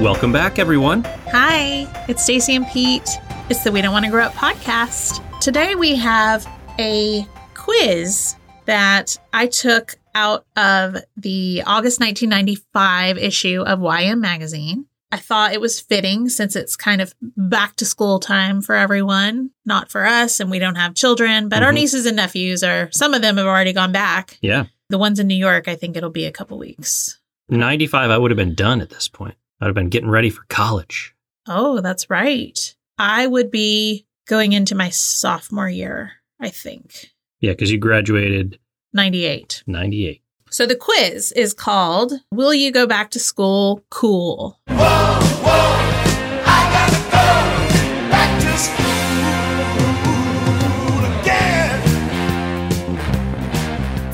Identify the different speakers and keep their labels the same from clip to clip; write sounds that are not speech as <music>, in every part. Speaker 1: Welcome back, everyone.
Speaker 2: Hi, it's Stacy and Pete. It's the We Don't Want to Grow Up podcast. Today we have a quiz that I took out of the August 1995 issue of YM Magazine. I thought it was fitting since it's kind of back to school time for everyone, not for us, and we don't have children, but our
Speaker 1: Mhm.
Speaker 2: nieces and nephews are, some of them have already gone back.
Speaker 1: Yeah.
Speaker 2: The ones in New York, I think it'll be a couple weeks.
Speaker 1: 95, I would have been done at this point. I'd have been getting ready for college.
Speaker 2: Oh, that's right. I would be going into my sophomore year, I think,
Speaker 1: Yeah, because you graduated
Speaker 2: 98.
Speaker 1: 98.
Speaker 2: So the quiz is called Will You Go Back to School Cool?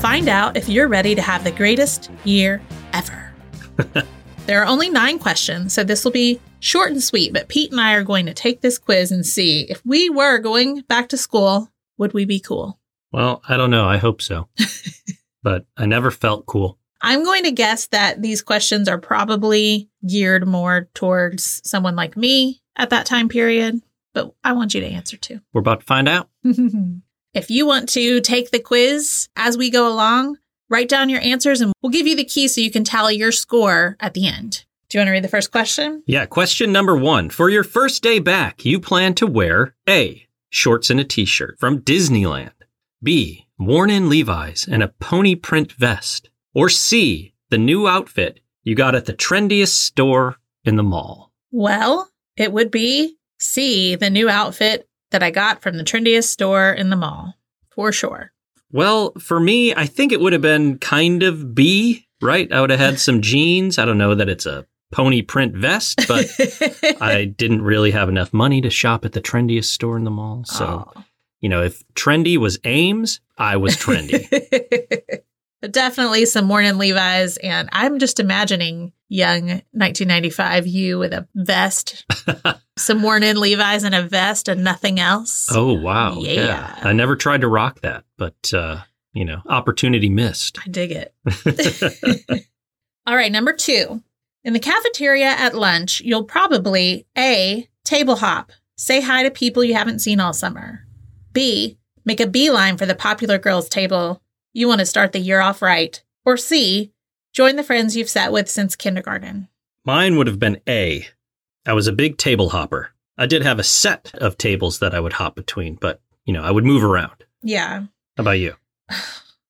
Speaker 2: Find out if you're ready to have the greatest year ever. there are only nine questions, so this will be short and sweet, but Pete and I are going to take this quiz and see if we were going back to school, would we be cool?
Speaker 1: Well, I don't know. I hope so. but I never felt cool.
Speaker 2: I'm going to guess that these questions are probably geared more towards someone like me at that time period, but I want you to answer too.
Speaker 1: We're about to find out.
Speaker 2: if you want to take the quiz as we go along, write down your answers and we'll give you the key so you can tally your score at the end. Do you want to read the first question?
Speaker 1: Yeah, question number one. For your first day back, you plan to wear A, shorts and a t shirt from Disneyland, B, worn in Levi's and a pony print vest, or C, the new outfit you got at the trendiest store in the mall.
Speaker 2: Well, it would be C, the new outfit that I got from the trendiest store in the mall, for sure.
Speaker 1: Well, for me, I think it would have been kind of B, right? I would have had some jeans. I don't know that it's a pony print vest,
Speaker 2: <laughs>
Speaker 1: but I didn't really have enough money to shop at the trendiest store in the mall. So.
Speaker 2: Aw.
Speaker 1: You know, if trendy was Ames, I was
Speaker 2: <laughs>
Speaker 1: trendy.
Speaker 2: but definitely some worn in Levi's. And I'm just imagining young 1995 you with a
Speaker 1: <laughs>
Speaker 2: vest, some worn in Levi's and a vest and nothing else.
Speaker 1: oh, wow.
Speaker 2: Yeah.
Speaker 1: I never tried to rock that, but, uh, you know, opportunity
Speaker 2: <laughs>
Speaker 1: missed. <laughs>
Speaker 2: I dig it. All right, number two. In the cafeteria at lunch, you'll probably A, table hop, say hi to people you haven't seen all summer. B, make a beeline for the popular girls' table. You want to start the year off right. Or C, join the friends you've sat with since kindergarten.
Speaker 1: Mine would have been A. I was a big table hopper. I did have a set of tables that I would hop between, but, you know, I would move around.
Speaker 2: Yeah.
Speaker 1: How about you?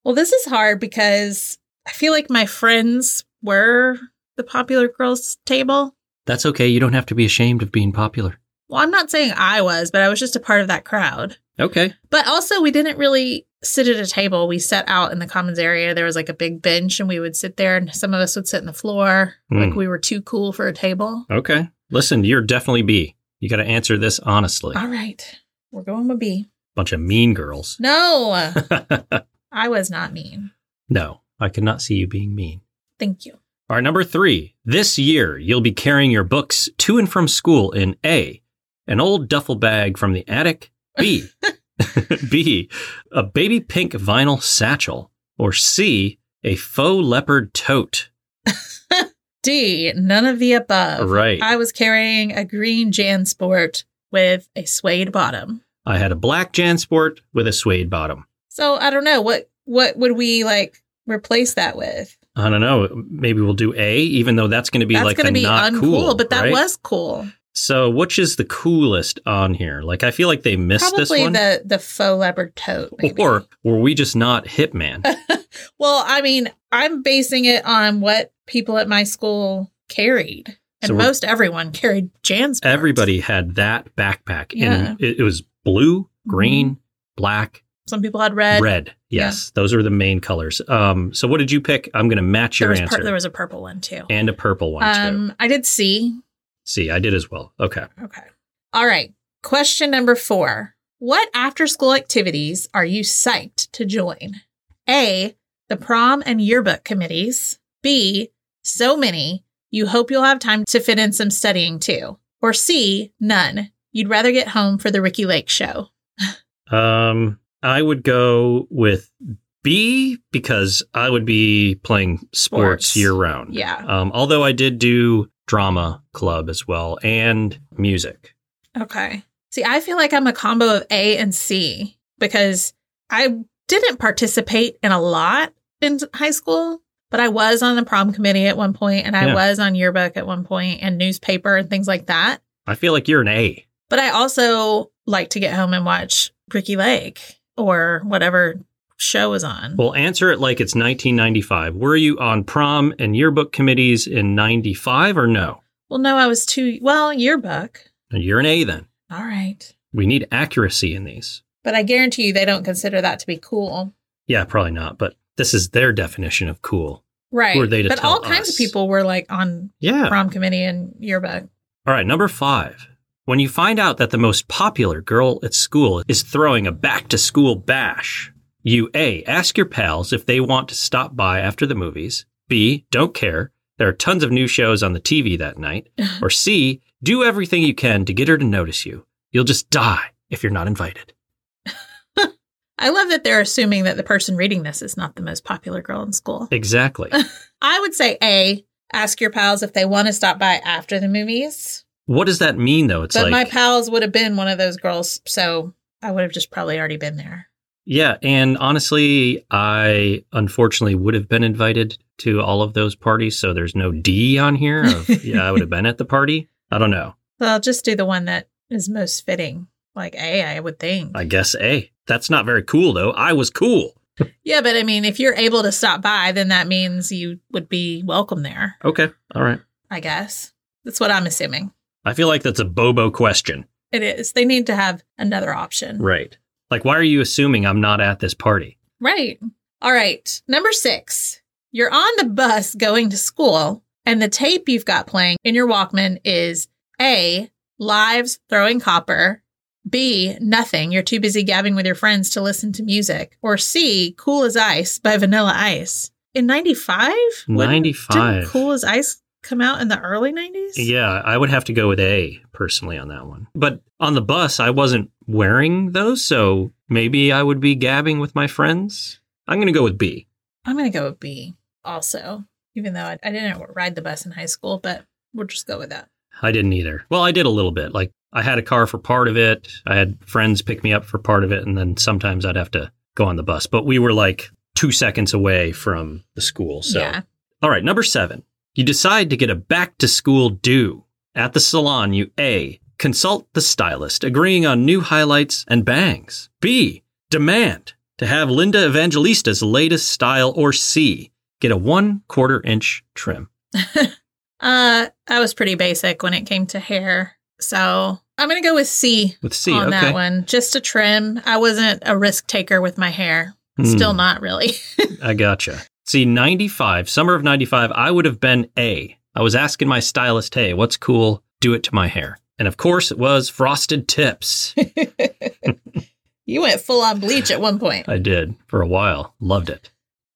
Speaker 2: Well, this is hard because I feel like my friends were the popular girls' table.
Speaker 1: That's okay. You don't have to be ashamed of being popular.
Speaker 2: Well, I'm not saying I was, but I was just a part of that crowd.
Speaker 1: Okay.
Speaker 2: But also, we didn't really sit at a table. We sat out in the commons area. There was like a big bench, and we would sit there, and some of us would sit in the floor. Like
Speaker 1: Mm.
Speaker 2: we were too cool for a table.
Speaker 1: Okay. Listen, you're definitely B. You got to answer this honestly.
Speaker 2: All right. We're going with B.
Speaker 1: Bunch of mean girls.
Speaker 2: No, I was not mean.
Speaker 1: no, I could not see you being mean.
Speaker 2: Thank you.
Speaker 1: Our number three. This year, you'll be carrying your books to and from school in A, an old duffel bag from the attic, B, <laughs> B, a baby pink vinyl satchel, or C, a faux leopard tote.
Speaker 2: D, none of the above.
Speaker 1: Right.
Speaker 2: I was carrying a green Jansport with a suede bottom.
Speaker 1: I had a black Jansport with a suede bottom.
Speaker 2: So I don't know what what would we like replace that with?
Speaker 1: I don't know. Maybe we'll do A, even though that's going to be
Speaker 2: That's
Speaker 1: like
Speaker 2: going
Speaker 1: the
Speaker 2: to be
Speaker 1: not
Speaker 2: uncool,
Speaker 1: cool.
Speaker 2: but that
Speaker 1: right?
Speaker 2: was cool.
Speaker 1: So, which is the coolest on here? Like, I feel like they missed this
Speaker 2: Probably
Speaker 1: one.
Speaker 2: the the faux leopard tote. maybe.
Speaker 1: or were we just not Hitman?
Speaker 2: <laughs> well, I mean, I'm basing it on what people at my school carried, and
Speaker 1: So we're-
Speaker 2: most everyone carried Jan's.
Speaker 1: everybody had that backpack
Speaker 2: Yeah.
Speaker 1: and it, it was blue green black
Speaker 2: Some people had red.
Speaker 1: red, yes those were the main colors um so what did you pick i'm gonna match
Speaker 2: There
Speaker 1: your
Speaker 2: was,
Speaker 1: answer
Speaker 2: pur- there was a purple one too.
Speaker 1: and a purple one too
Speaker 2: Um, I did see.
Speaker 1: see i did as well okay
Speaker 2: Okay. All right. Question number four. What after school activities are you psyched to join? A, the prom and yearbook committees. B, so many, You hope you'll have time to fit in some studying too. Or C, none. You'd rather get home for the Ricky Lake show.
Speaker 1: Um, I would go with B because I would be playing sports,
Speaker 2: Sports.
Speaker 1: year round.
Speaker 2: Yeah.
Speaker 1: Um, although I did do drama club as well and music.
Speaker 2: Okay. See, I feel like I'm a combo of A and C because I didn't participate in a lot in high school, but I was on the prom committee at one point and I
Speaker 1: Yeah.
Speaker 2: was on yearbook at one point and newspaper and things like that.
Speaker 1: I feel like you're an A.
Speaker 2: But I also like to get home and watch Ricky Lake or whatever show was on.
Speaker 1: Well, answer it like it's 1995. Were you on prom and yearbook committees in 95 or no?
Speaker 2: Well, no, I was too, well, yearbook.
Speaker 1: You're an A then.
Speaker 2: All right.
Speaker 1: We need accuracy in these.
Speaker 2: But I guarantee you they don't consider that to be cool.
Speaker 1: Yeah, probably not, but this is their definition of cool.
Speaker 2: Right.
Speaker 1: are they to
Speaker 2: but
Speaker 1: tell
Speaker 2: all kinds
Speaker 1: us?
Speaker 2: of people were like on
Speaker 1: Yeah.
Speaker 2: prom committee and yearbook.
Speaker 1: All right, number five. When you find out that the most popular girl at school is throwing a back to school bash, you A, ask your pals if they want to stop by after the movies, B, don't care, there are tons of new shows on the TV that
Speaker 2: <laughs>
Speaker 1: night, or C, do everything you can to get her to notice you. You'll just die if you're not invited.
Speaker 2: I love that they're assuming that the person reading this is not the most popular girl in school.
Speaker 1: Exactly.
Speaker 2: <laughs> I would say A, ask your pals if they want to stop by after the movies.
Speaker 1: what does that mean though? It's
Speaker 2: but
Speaker 1: like
Speaker 2: my pals would have been one of those girls, so I would have just probably already been there.
Speaker 1: Yeah, and honestly, I unfortunately would have been invited to all of those parties, so there's no D on here. <laughs> Of, yeah, I would have been at the party. I don't know.
Speaker 2: So I'll just do the one that is most fitting, like A, I would think.
Speaker 1: I guess A. That's not very cool though. I was cool.
Speaker 2: yeah, but I mean, if you're able to stop by, then that means you would be welcome there,
Speaker 1: Okay. All right.
Speaker 2: I guess. That's what I'm assuming.
Speaker 1: I feel like that's a bobo question.
Speaker 2: It is. They need to have another option.
Speaker 1: Right. Like why are you assuming I'm not at this party?
Speaker 2: Right. All right. Number six, you're on the bus going to school, and the tape you've got playing in your Walkman is A, Lives Throwing Copper, B, Nothing, you're too busy gabbing with your friends to listen to music, or C, Cool as Ice by Vanilla Ice. In 95? Wouldn't-
Speaker 1: 95.
Speaker 2: Didn't Cool as Ice come out in the early 90s?
Speaker 1: Yeah, I would have to go with A personally on that one. But on the bus, I wasn't wearing those, so maybe I would be gabbing with my friends. I'm going to go with B.
Speaker 2: I'm going to go with B also, even though I, I didn't ride the bus in high school, but we'll just go with that.
Speaker 1: I didn't either. Well, I did a little bit. Like I had a car for part of it. I had friends pick me up for part of it, and then sometimes I'd have to go on the bus. But we were like two seconds away from the school. So,
Speaker 2: Yeah.
Speaker 1: all right, number seven. You decide to get a back to school do at the salon. You a consult the stylist, agreeing on new highlights and bangs. B demand to have Linda Evangelista's latest style, or C get a one quarter inch trim.
Speaker 2: Uh, I was pretty basic when it came to hair, so I'm gonna go with C
Speaker 1: With C,
Speaker 2: on
Speaker 1: okay,
Speaker 2: that one. Just a trim. I wasn't a risk taker with my hair. Still
Speaker 1: Hmm.
Speaker 2: not really. <laughs>
Speaker 1: I gotcha. See, 95, summer of 95, I would have been A. I was asking my stylist, hey, what's cool? Do it to my hair. And of course, it was frosted tips.
Speaker 2: you went full on bleach at one point.
Speaker 1: I did for a while. Loved it.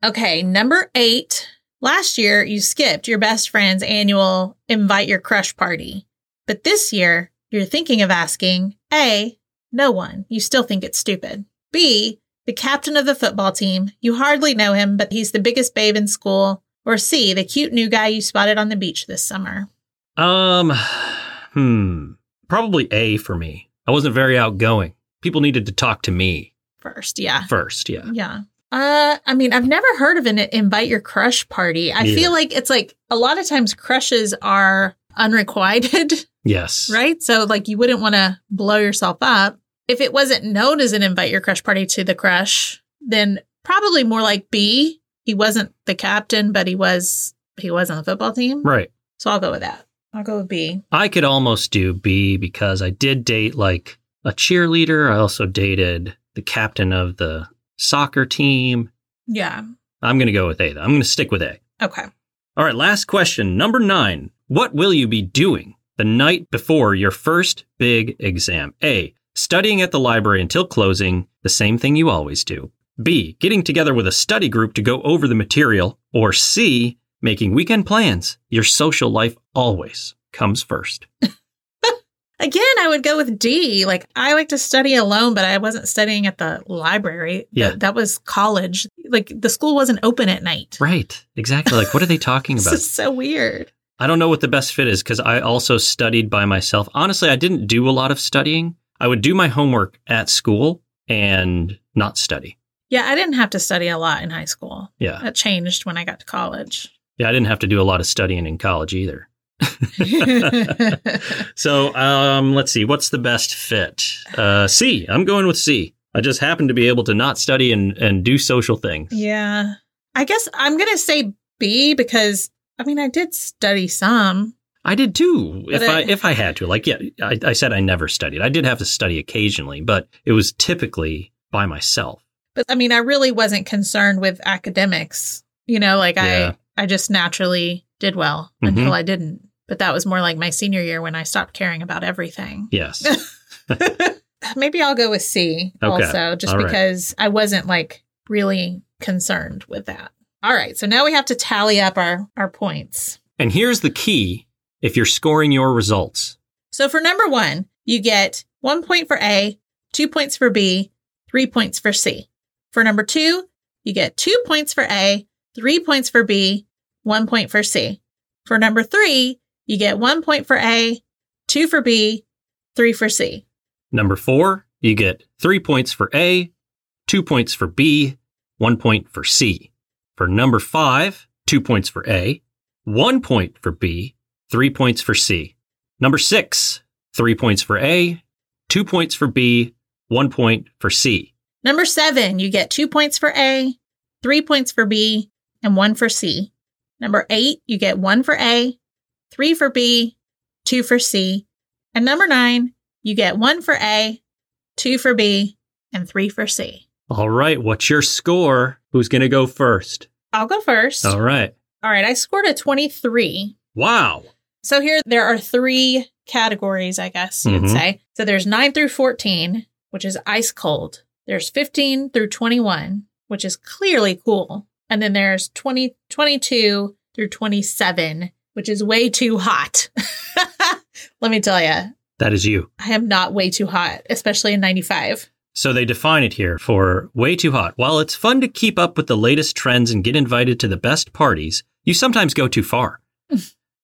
Speaker 2: Okay, number eight. Last year you skipped your best friend's annual invite your crush party, but this year you're thinking of asking A. No one. You still think it's stupid. B. The captain of the football team. You hardly know him, but he's the biggest babe in school. Or C. The cute new guy you spotted on the beach this summer.
Speaker 1: Um, hmm. Probably A for me. I wasn't very outgoing. People needed to talk to me
Speaker 2: First, yeah.
Speaker 1: first. Yeah.
Speaker 2: Yeah. Uh, I mean, I've never heard of an invite your crush party. I
Speaker 1: Neither.
Speaker 2: feel like it's like a lot of times crushes are unrequited. <laughs>
Speaker 1: Yes.
Speaker 2: right? So like you wouldn't want to blow yourself up. If it wasn't known as an invite your crush party to the crush, then probably more like B. He wasn't the captain, but he was he was on the football team.
Speaker 1: Right.
Speaker 2: So I'll go with that. I'll go with B.
Speaker 1: I could almost do B because I did date like a cheerleader. I also dated the captain of the soccer team.
Speaker 2: Yeah.
Speaker 1: I'm going to go with A though. I'm going to stick with A.
Speaker 2: Okay.
Speaker 1: All right, last question, number nine. What will you be doing the night before your first big exam? A. Studying at the library until closing, the same thing you always do. B. Getting together with a study group to go over the material. Or C. Making weekend plans, your social life always comes first.
Speaker 2: Again, I would go with D. Like I like to study alone, but I wasn't studying at the library.
Speaker 1: Yeah.
Speaker 2: That, that was college. Like the school wasn't open at night.
Speaker 1: Right. Exactly. Like, what are they
Speaker 2: <laughs>
Speaker 1: talking
Speaker 2: This
Speaker 1: about?
Speaker 2: is so weird.
Speaker 1: I don't know what the best fit is because I also studied by myself. Honestly, I didn't do a lot of studying. I would do my homework at school and not study.
Speaker 2: Yeah, I didn't have to study a lot in high school.
Speaker 1: Yeah.
Speaker 2: That changed when I got to college.
Speaker 1: Yeah, I didn't have to do a lot of studying in college either. So, um, let's see. What's the best fit? Uh, C. I'm going with C. I just happen to be able to not study and, and do social things.
Speaker 2: <laughs> yeah. I guess I'm going to say B because I mean, I did study some.
Speaker 1: I did too.
Speaker 2: But
Speaker 1: if I,
Speaker 2: I-
Speaker 1: if I had to, like, yeah, I, I said I never studied. I did have to study occasionally, but it was typically by myself.
Speaker 2: but I mean, I really wasn't concerned with academics. You know, like
Speaker 1: Yeah.
Speaker 2: I, I just naturally did well
Speaker 1: Mhm.
Speaker 2: until I didn't. But that was more like my senior year when I stopped caring about everything.
Speaker 1: Yes.
Speaker 2: <sighs> Maybe I'll go with C
Speaker 1: Okay.
Speaker 2: also, just
Speaker 1: All right.
Speaker 2: because I wasn't like really concerned with that. All right. So now we have to tally up our, our points.
Speaker 1: And here's the key if you're scoring your results.
Speaker 2: So for number one, you get one point for A, two points for B, three points for C. For number two, you get two points for A, three points for B, one point for C. For number three, you get one point for A, two for B, three for C.
Speaker 1: Number four, you get three points for A, two points for B, one point for C. For number five, two points for A, one point for B, three points for C. Number six, three points for A, two points for B, one point for C.
Speaker 2: Number seven, you get two points for A, three points for B, and one for C. Number eight, you get one for A, three for B, two for C. And number nine, you get one for A, two for B, and three for C.
Speaker 1: All right, what's your score? Who's going to go first?
Speaker 2: I'll go first.
Speaker 1: All right.
Speaker 2: All right, I scored a 23.
Speaker 1: Wow.
Speaker 2: So here there are three categories, I guess you would
Speaker 1: Mhm.
Speaker 2: say. So there's 9 through 14, which is ice cold. There's 15 through 21, which is clearly cool. And then there's 20 22 through 27, which is way too hot. <laughs> Let me tell you,
Speaker 1: That is you.
Speaker 2: I am not way too hot, especially in 95.
Speaker 1: So they define it here for way too hot. While it's fun to keep up with the latest trends and get invited to the best parties, you sometimes go too far.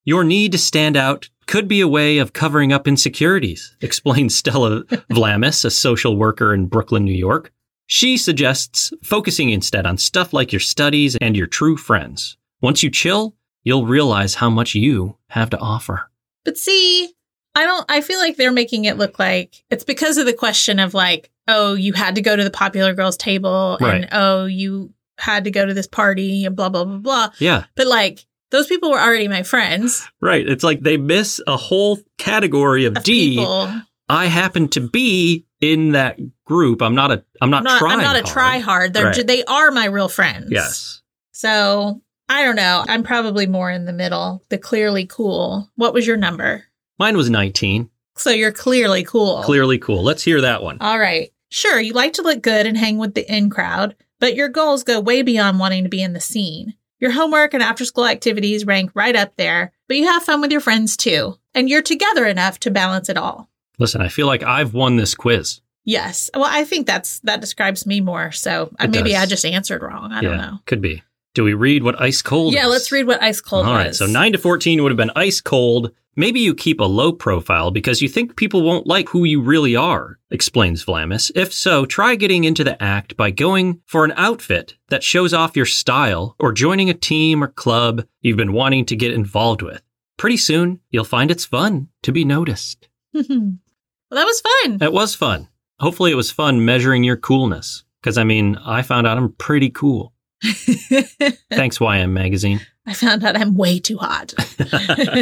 Speaker 1: Your need to stand out could be a way of covering up insecurities, <laughs> explains Stella Vlamis, a social worker in Brooklyn, New York. She suggests focusing instead on stuff like your studies and your true friends. Once you chill, you'll realize how much you have to offer.
Speaker 2: But see, I don't I feel like they're making it look like it's because of the question of like, oh, you had to go to the popular girls table
Speaker 1: Right.
Speaker 2: and oh, you had to go to this party and blah blah blah blah.
Speaker 1: Yeah,
Speaker 2: But like those people were already my friends.
Speaker 1: right. It's like they miss a whole category of,
Speaker 2: Of
Speaker 1: D.
Speaker 2: people.
Speaker 1: I happen to be in that group. I'm not a. I'm not,
Speaker 2: I'm not,
Speaker 1: trying.
Speaker 2: I'm not a try
Speaker 1: hard.
Speaker 2: hard. They're
Speaker 1: Right.
Speaker 2: ju- they are my real friends.
Speaker 1: Yes.
Speaker 2: So I don't know. I'm probably more in the middle. The clearly cool. What was your number?
Speaker 1: Mine was 19.
Speaker 2: So you're clearly cool.
Speaker 1: Clearly cool. Let's hear that one.
Speaker 2: All right. Sure, you like to look good and hang with the in crowd, but your goals go way beyond wanting to be in the scene. Your homework and after school activities rank right up there, but you have fun with your friends too, and you're together enough to balance it all.
Speaker 1: Listen, I feel like I've won this quiz.
Speaker 2: Yes. Well, I think that's that describes me more. So uh,
Speaker 1: It
Speaker 2: maybe
Speaker 1: does.
Speaker 2: I just answered wrong. I don't know.
Speaker 1: Could be. Do we read what ice cold?
Speaker 2: Yeah,
Speaker 1: is?
Speaker 2: let's read what ice cold
Speaker 1: All right.
Speaker 2: is.
Speaker 1: So 9 to 14 would have been ice cold. Maybe you keep a low profile because you think people won't like who you really are, explains Vlamis. If so, try getting into the act by going for an outfit that shows off your style or joining a team or club you've been wanting to get involved with. Pretty soon, you'll find it's fun to be noticed.
Speaker 2: <laughs> well, that was fun.
Speaker 1: It was fun. Hopefully, it was fun measuring your coolness because I mean, I found out I'm pretty cool. <laughs> Thanks, YM Magazine.
Speaker 2: <laughs> I found out I'm way too hot. <laughs>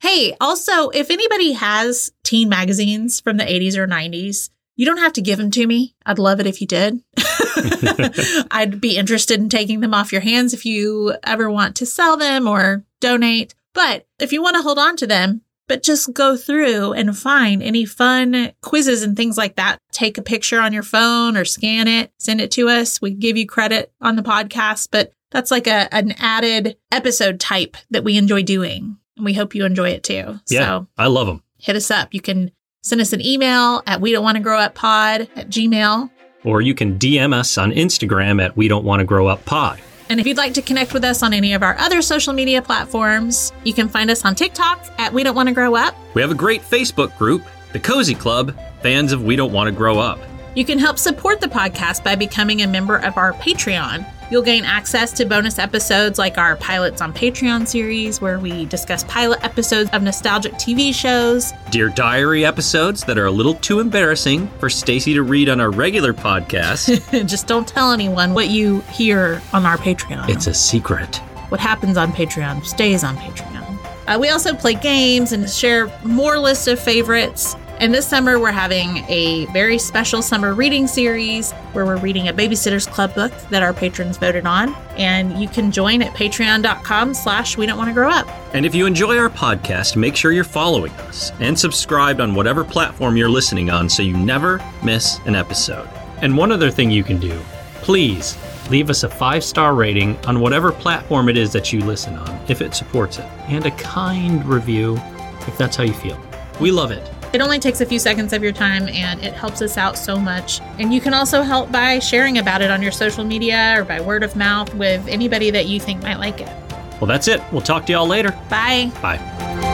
Speaker 2: hey, also, if anybody has teen magazines from the 80s or 90s, you don't have to give them to me. I'd love it if you did. I'd be interested in taking them off your hands if you ever want to sell them or donate. But if you want to hold on to them, but just go through and find any fun quizzes and things like that. Take a picture on your phone or scan it, send it to us. We give you credit on the podcast, but that's like a an added episode type that we enjoy doing. And we hope you enjoy it too.
Speaker 1: Yeah.
Speaker 2: So
Speaker 1: I love them.
Speaker 2: hit us up. You can send us an email at we don't want to grow up pod at gmail.
Speaker 1: Or you can DM us on Instagram at We Don't Want to Grow Up Pod.
Speaker 2: And if you'd like to connect with us on any of our other social media platforms, you can find us on TikTok at We Don't Want to Grow Up.
Speaker 1: We have a great Facebook group, The Cozy Club, fans of We Don't Want to Grow Up.
Speaker 2: You can help support the podcast by becoming a member of our Patreon. You'll gain access to bonus episodes like our Pilots on Patreon series, where we discuss pilot episodes of nostalgic TV shows. <laughs>
Speaker 1: Dear Diary episodes that are a little too embarrassing for Stacy to read on our regular podcast.
Speaker 2: Just don't tell anyone what you hear on our
Speaker 1: <laughs>
Speaker 2: Patreon.
Speaker 1: it's a secret.
Speaker 2: what happens on Patreon stays on Patreon. Uh, we also play games and share more lists of favorites. And this summer, we're having a very special summer reading series where we're reading a Babysitter's Club book that our patrons voted on. And you can join at patreon.com slash we don't want to grow up.
Speaker 1: And if you enjoy our podcast, make sure you're following us and subscribed on whatever platform you're listening on so you never miss an episode. And one other thing you can do please leave us a five star rating on whatever platform it is that you listen on if it supports it, and a kind review if that's how you feel. We love it.
Speaker 2: It only takes a few seconds of your time and it helps us out so much. And you can also help by sharing about it on your social media or by word of mouth with anybody that you think might like it.
Speaker 1: Well, that's it. We'll talk to y'all later.
Speaker 2: Bye.
Speaker 1: Bye.